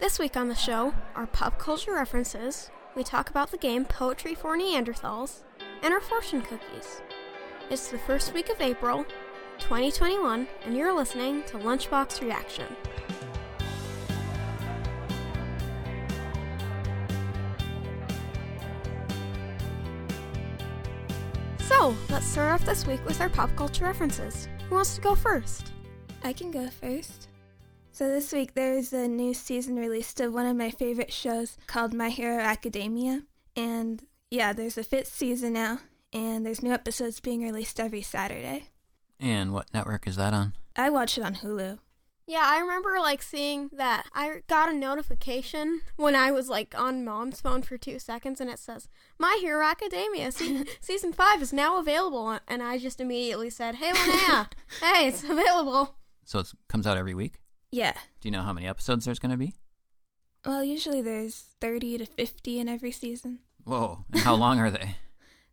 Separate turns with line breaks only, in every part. This week on the show are pop culture references, we talk about the game Poetry for Neanderthals, and our fortune cookies. It's the first week of April, 2021, and you're listening to Lunchbox Reaction. So, let's start off this week with our pop culture references. Who wants to go first?
I can go first. So this week there's a new season released of one of my favorite shows called My Hero Academia. And yeah, there's a fifth season now, and there's new episodes being released every Saturday.
And what network is that on?
I watch it on Hulu.
Yeah, I remember like seeing that. I got a notification when I was like on mom's phone for two seconds, and it says My Hero Academia se- season five is now available, and I just immediately said, Hey, Linnea, hey, it's available.
So it comes out every week.
Yeah.
Do you know how many episodes there's going to be?
Well, usually there's 30 to 50 in every season.
Whoa! And how long are they?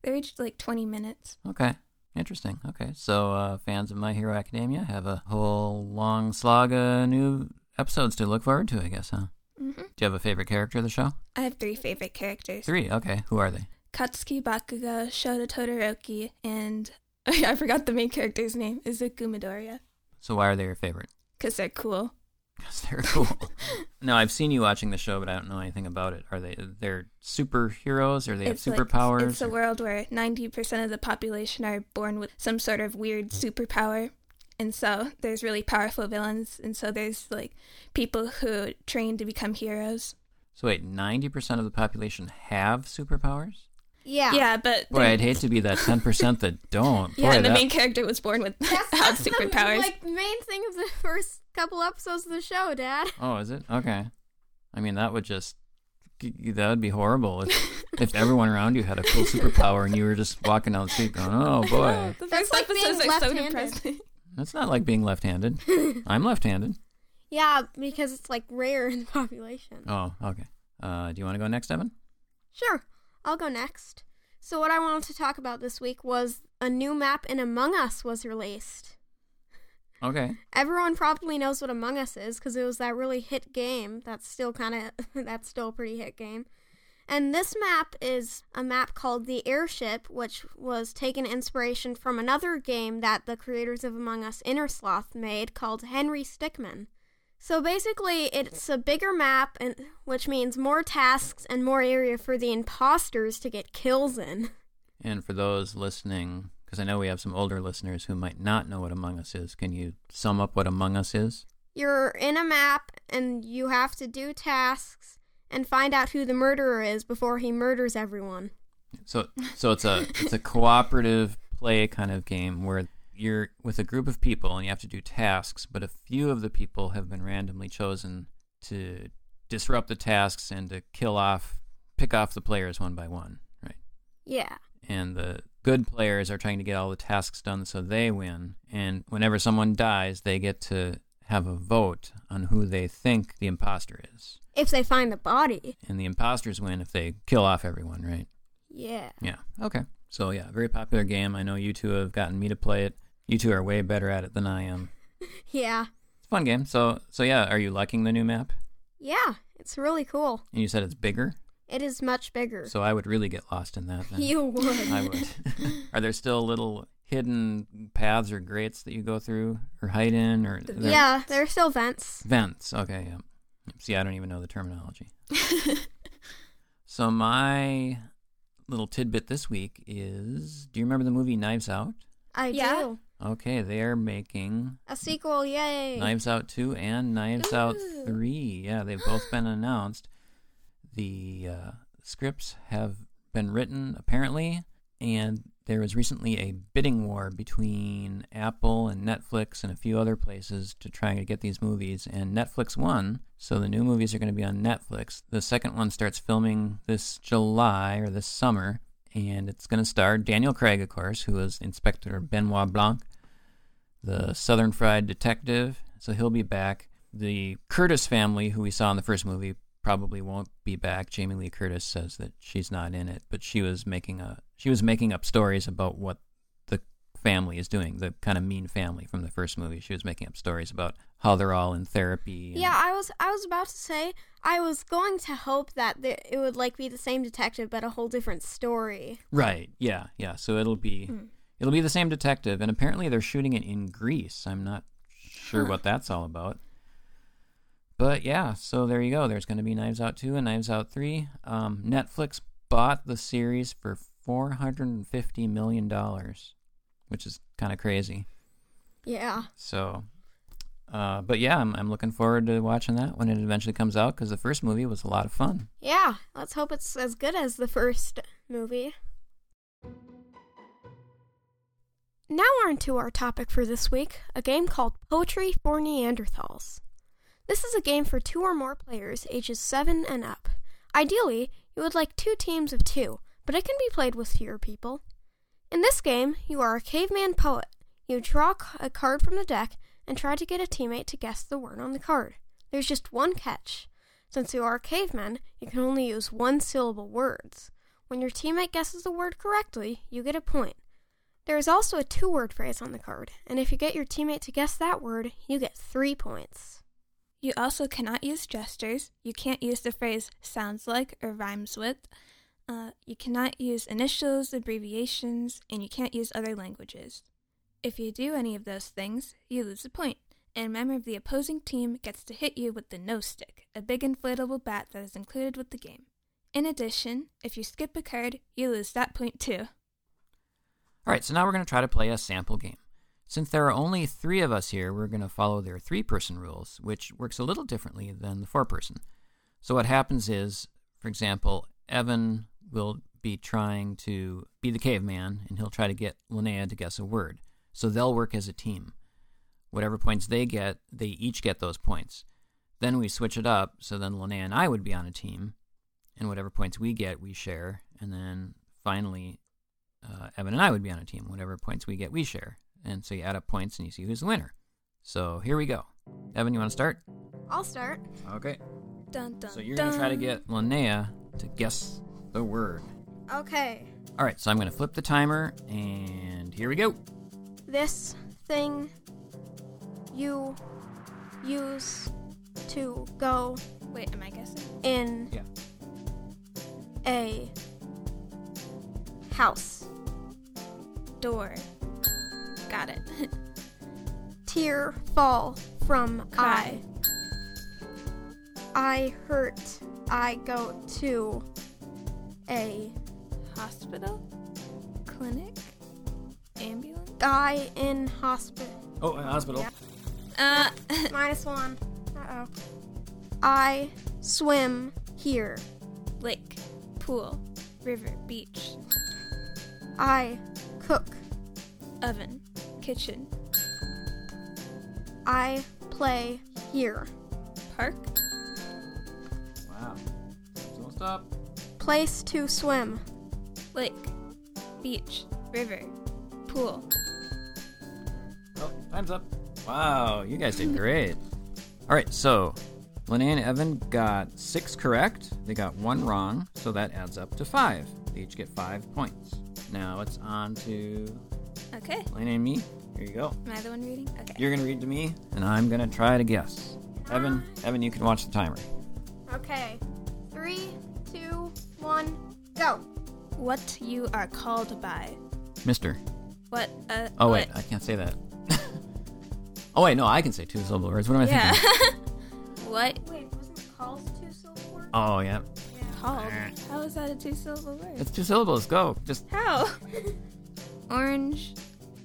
They're each like 20 minutes.
Okay, interesting. Okay, so uh, fans of My Hero Academia have a whole long slog of new episodes to look forward to, I guess, huh?
Mm-hmm.
Do you have a favorite character of the show?
I have three favorite characters.
Three. Okay, who are they?
Katsuki Bakugo, Shota Todoroki, and I forgot the main character's name, Izuku Midoriya,
So why are they your favorite?
because they're cool.
Because they're cool. no, I've seen you watching the show, but I don't know anything about it. Are they they're superheroes? Or they have
like-
superpowers?
it's a
or-
world where 90% of the population are born with some sort of weird superpower. And so there's really powerful villains. And so there's like people who train to become heroes.
So wait, ninety percent of the population have superpowers.
Yeah.
Yeah, but.
Boy,
the-
I'd hate to be that ten percent that don't. Boy,
yeah, and the
that-
main character was born with
That's,
had
that's the,
superpowers.
like main thing of the first couple episodes of the show, Dad.
Oh, is it okay? I mean, that would just that would be horrible if if everyone around you had a cool superpower and you were just walking down the street going, "Oh boy,
the
That's
first
like being
episodes are so
left-handed.
depressing.
that's not like being left-handed." I'm left-handed.
Yeah, because it's like rare in the population.
Oh, okay. Uh, do you want to go next, Evan?
Sure, I'll go next. So, what I wanted to talk about this week was a new map in Among Us was released.
Okay.
Everyone probably knows what Among Us is because it was that really hit game. That's still kind of that's still a pretty hit game. And this map is a map called the Airship, which was taken inspiration from another game that the creators of Among Us Inner Sloth made called Henry Stickmin. So basically, it's a bigger map, and which means more tasks and more area for the imposters to get kills in.
And for those listening, because I know we have some older listeners who might not know what Among Us is, can you sum up what Among Us is?
You're in a map and you have to do tasks and find out who the murderer is before he murders everyone.
So so it's a it's a cooperative play kind of game where you're with a group of people and you have to do tasks, but a few of the people have been randomly chosen to disrupt the tasks and to kill off pick off the players one by one, right?
Yeah.
And the good players are trying to get all the tasks done so they win, and whenever someone dies, they get to have a vote on who they think the imposter is.
If they find the body.
And the imposters win if they kill off everyone, right?
Yeah.
Yeah. Okay. So yeah, very popular game. I know you two have gotten me to play it. You two are way better at it than I am.
Yeah.
It's a fun game. So so yeah, are you liking the new map?
Yeah. It's really cool.
And you said it's bigger,
It is much bigger.
so I would really get lost in that. Then.
you would.
I would. are there still little hidden paths or grates that you go through or hide in or there-
Yeah, there are still vents.
vents? Okay. Yeah. See, I don't even know the terminology. so my little tidbit this week is: Do you remember the movie Knives Out?
I
Yeah.
do.
Okay, they are making
A sequel, yay.
Knives Out 2 and Knives Out
Ooh.
3. Yeah, they've both been announced. The uh, scripts have been written, apparently, and there was recently a bidding war between Apple and Netflix and a few other places to try and get these movies, and Netflix won, so the new movies are going to be on Netflix. The second one starts filming this July or this summer, and it's going to star Daniel Craig, of course, who is Inspector Benoit Blanc the Southern Fried Detective. So he'll be back. The Curtis family, who we saw in the first movie, probably won't be back. Jamie Lee Curtis says that she's not in it, but she was making a she was making up stories about what the family is doing, the kind of mean family from the first movie. She was making up stories about how they're all in therapy. and-
Yeah, I was I was about to say I was going to hope that the, it would like be the same detective but a whole different story.
Right. Yeah. Yeah. So it'll be it'll be the same detective, and apparently they're shooting it in Greece. I'm not sure what that's all about. But yeah, so there you go. There's going to be Knives Out two and Knives Out three. Um, Netflix bought the series for four hundred and fifty million dollars, which is kind of crazy.
Yeah.
So, uh, but yeah, I'm, I'm looking forward to watching that when it eventually comes out because the first movie was a lot of fun.
Yeah, let's hope it's as good as the first movie. Now we're into our topic for this week a game called Poetry for Neanderthals. This is a game for two or more players ages 7 and up. Ideally, you would like two teams of two, but it can be played with fewer people. In this game, you are a caveman poet. You draw c- a card from the deck and try to get a teammate to guess the word on the card. There's just one catch. Since you are cavemen, you can only use one syllable words. When your teammate guesses the word correctly, you get a point. There is also a two word phrase on the card, and if you get your teammate to guess that word, you get three points.
You also cannot use gestures. You can't use the phrase sounds like or rhymes with. Uh, you cannot use initials, abbreviations, and you can't use other languages. If you do any of those things, you lose a point, and a member of the opposing team gets to hit you with the no stick, a big inflatable bat that is included with the game. In addition, if you skip a card, you lose that point too.
All right, so now we're going to try to play a sample game. Since there are only three of us here, we're going to follow their three person rules, which works a little differently than the four person. So, what happens is, for example, Evan will be trying to be the caveman, and he'll try to get Linnea to guess a word. So, they'll work as a team. Whatever points they get, they each get those points. Then we switch it up, so then Linnea and I would be on a team, and whatever points we get, we share. And then finally, uh, Evan and I would be on a team. Whatever points we get, we share. And so you add up points and you see who's the winner. So here we go. Evan, you want to start?
I'll start.
Okay.
Dun dun.
So you're going to try to
dun.
get Linnea to guess the word.
Okay.
All right, so I'm going to flip the timer and here we go.
This thing you use to go
Wait, am I guessing?
in
Yeah.
a house.
Door. Got it.
Tear fall from eye.
Cry.
I hurt. I go to a
Hospital? Clinic? Ambulance?
guy in hospital.
Oh, hospital.
Uh,
Minus one. Uh oh. I swim here.
lake, pool, river, beach,
I cook.
oven, kitchen,
I play here.
park,
Wow. So stop.
Place to swim.
lake, beach, river, pool.
Oh, time's up. Wow, you guys did great. All right, so Linnea and Evan got six correct. They got one wrong, so that adds up to five. They each get five points. Now it's on to
Okay.
Linnea and me. Here you go.
Am I the one reading? Okay.
You're gonna read to me, and I'm gonna try to guess. Evan, Evan, you can watch the timer.
Okay. Three, two, one, go.
What you are called by.
Mister.
What uh
Oh wait,
what-
I can't say that. oh wait, no, I can say two syllable words. What am I
yeah.
thinking?
what
Wait, wasn't calls two syllable word?
Oh yeah,
called? How is that a two syllable word?
it's two syllables. Go. Just
How? Orange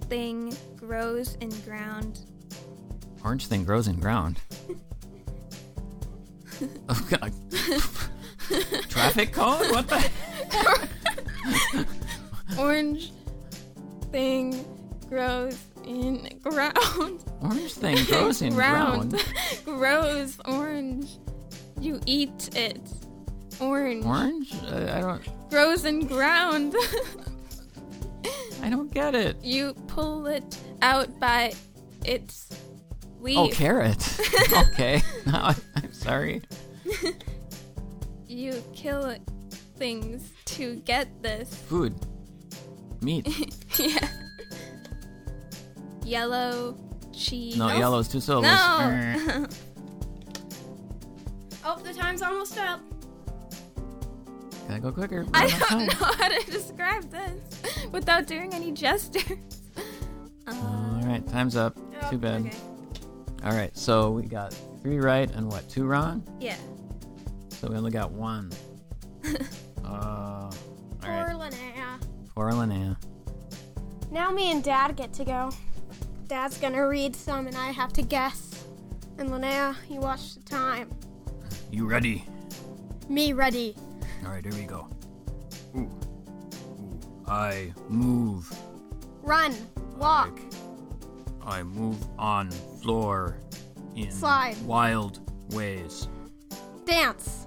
thing grows in ground.
orange thing grows in ground. oh god. Traffic cone? What the?
orange thing grows in ground.
Orange thing grows in
ground.
ground.
grows orange. You eat it. Orange
Orange? Uh, I don't.
grows in ground.
I don't get it.
you pull it out by its leaf.
Oh, carrot. okay. Now I- I'm sorry.
You kill things to get this.
Food. Meat.
yeah. yellow cheese.
No,
Oh,
yellow's two syllables. Er.
No.
Oh, the time's almost up.
Gotta go quicker.
I
Run out of
don't
time.
know how to describe this without doing any gestures.
All
Uh,
right, time's up.
Oh,
Too bad.
Okay.
All right, so we got three right and what? Two wrong.
yeah.
So we only got one. uh, all right.
Poor Linnea.
Poor Linnea.
Now me and Dad get to go. Dad's gonna read some and I have to guess. And Linnea, you watch the time.
You ready?
Me ready.
All right, here we go. Ooh. Ooh. I move.
Run. Walk.
I move on floor in
Slide.
wild ways.
Dance.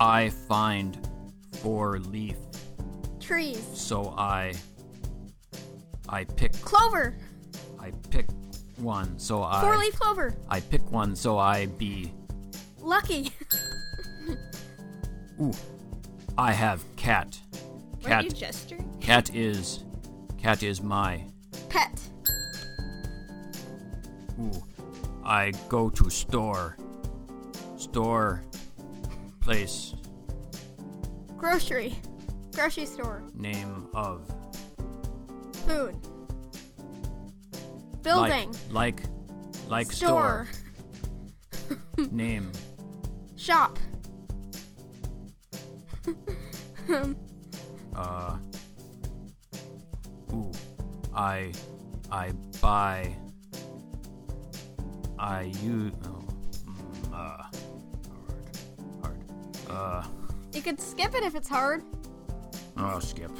I find four leaf,
Trees.
so I I pick
Clover.
I pick one, so I
Four leaf clover.
I pick one, so I be.
Lucky.
Ooh, I have cat.
Were you
Cat
gesturing?
cat is cat is my.
Pet.
Ooh, I go to store. Store place
Grocery. Grocery store.
name of
Food. Building.
like like like
store.
store name
Shop.
uh ooh I I buy I use oh, mm, uh hard hard uh
You could skip it if it's hard.
oh skip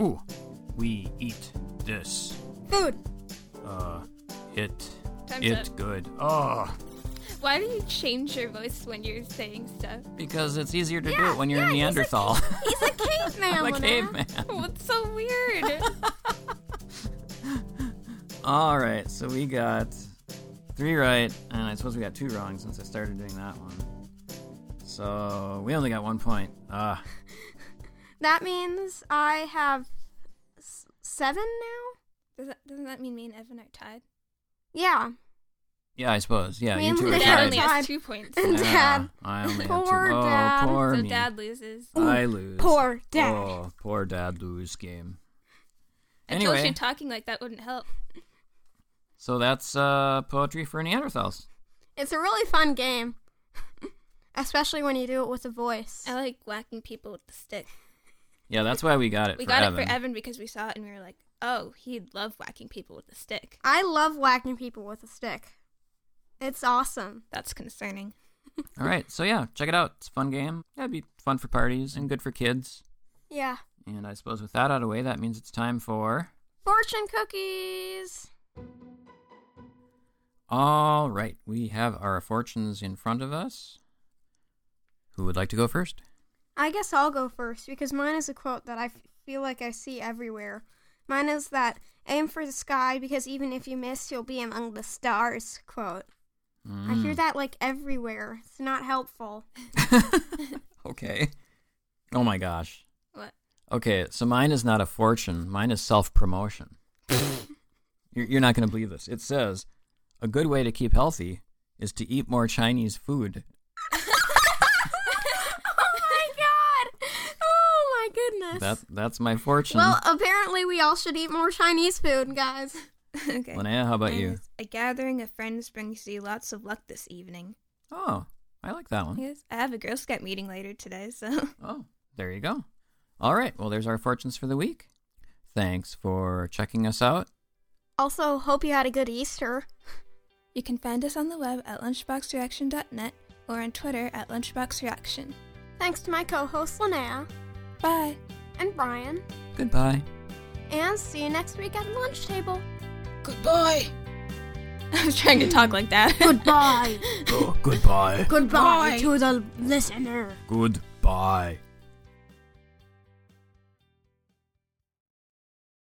ooh we eat this
Food.
uh it
Time's
it
up.
good oh
Why do you change your voice when you're saying stuff?
because it's easier to do
Yeah,
it when you're
yeah,
a
he's a
Neanderthal
He's a caveman.
like
Linnea.
caveman.
What's Oh, so weird?
All right, so we got three right, and I suppose we got two wrong since I started doing that one. So we only got one point. Ah,
That means I have s- seven now?
Does that, doesn't that mean me and Evan are tied?
Yeah.
yeah, I suppose. Yeah,
Me
you
and
two are
We're Linnea
Dad
tied.
only
tied.
has two points.
And
Ah,
Dad.
I only have
Poor
two. Oh,
Dad.
poor
So
me.
Dad loses.
I lose.
Poor Dad.
Oh, poor Dad lose game.
I told
Anyway,
you talking like that wouldn't help.
so that's uh, poetry for Neanderthals.
It's a really fun game. Especially when you do it with a voice.
I like whacking people with the stick.
Yeah, that's why we got it.
We
for
got
Evan.
it for Evan because we saw it and we were like, oh, he'd love whacking people with a stick.
I love whacking people with a stick. It's awesome.
That's concerning.
All right, so yeah, check it out. It's a fun game. Yeah, it'd be fun for parties and good for kids.
Yeah.
And I suppose with that out of the way, that means it's time for.
Fortune cookies.
All right, we have our fortunes in front of us. Who would like to go first?
I guess I'll go first because mine is a quote that I f- feel like I see everywhere. Mine is that aim for the sky because even if you miss, you'll be among the stars quote. I
Hmm.
hear
Mm.
that like everywhere. It's not helpful.
that. okay. Oh my gosh.
What?
Okay, so mine is not a fortune. Mine is self promotion. you're, you're not going to believe this. It says a good way to keep healthy is to eat more Chinese food.
oh my god! Oh my goodness.
That that's my fortune.
well, apparently we all should eat more Chinese food, guys.
okay.
Linnea, how about
Mine
you?
is, A uh, gathering of friends brings you lots of luck this evening.
Oh, I like that one.
Yes, I have a Girl Scout meeting later today, so
Oh, there you go. All right. Well, there's our fortunes for the week. Thanks for checking us out.
Also, hope you had a good Easter.
you can find us on the web at lunchboxreaction.net or on Twitter at lunchboxreaction.
Thanks to my co host Linnea
Bye.
and Brian.
Goodbye.
And see you next week at the lunch table.
Goodbye.
I was trying to talk like that.
Goodbye.
oh, goodbye.
Goodbye
Bye.
to the listener.
Goodbye.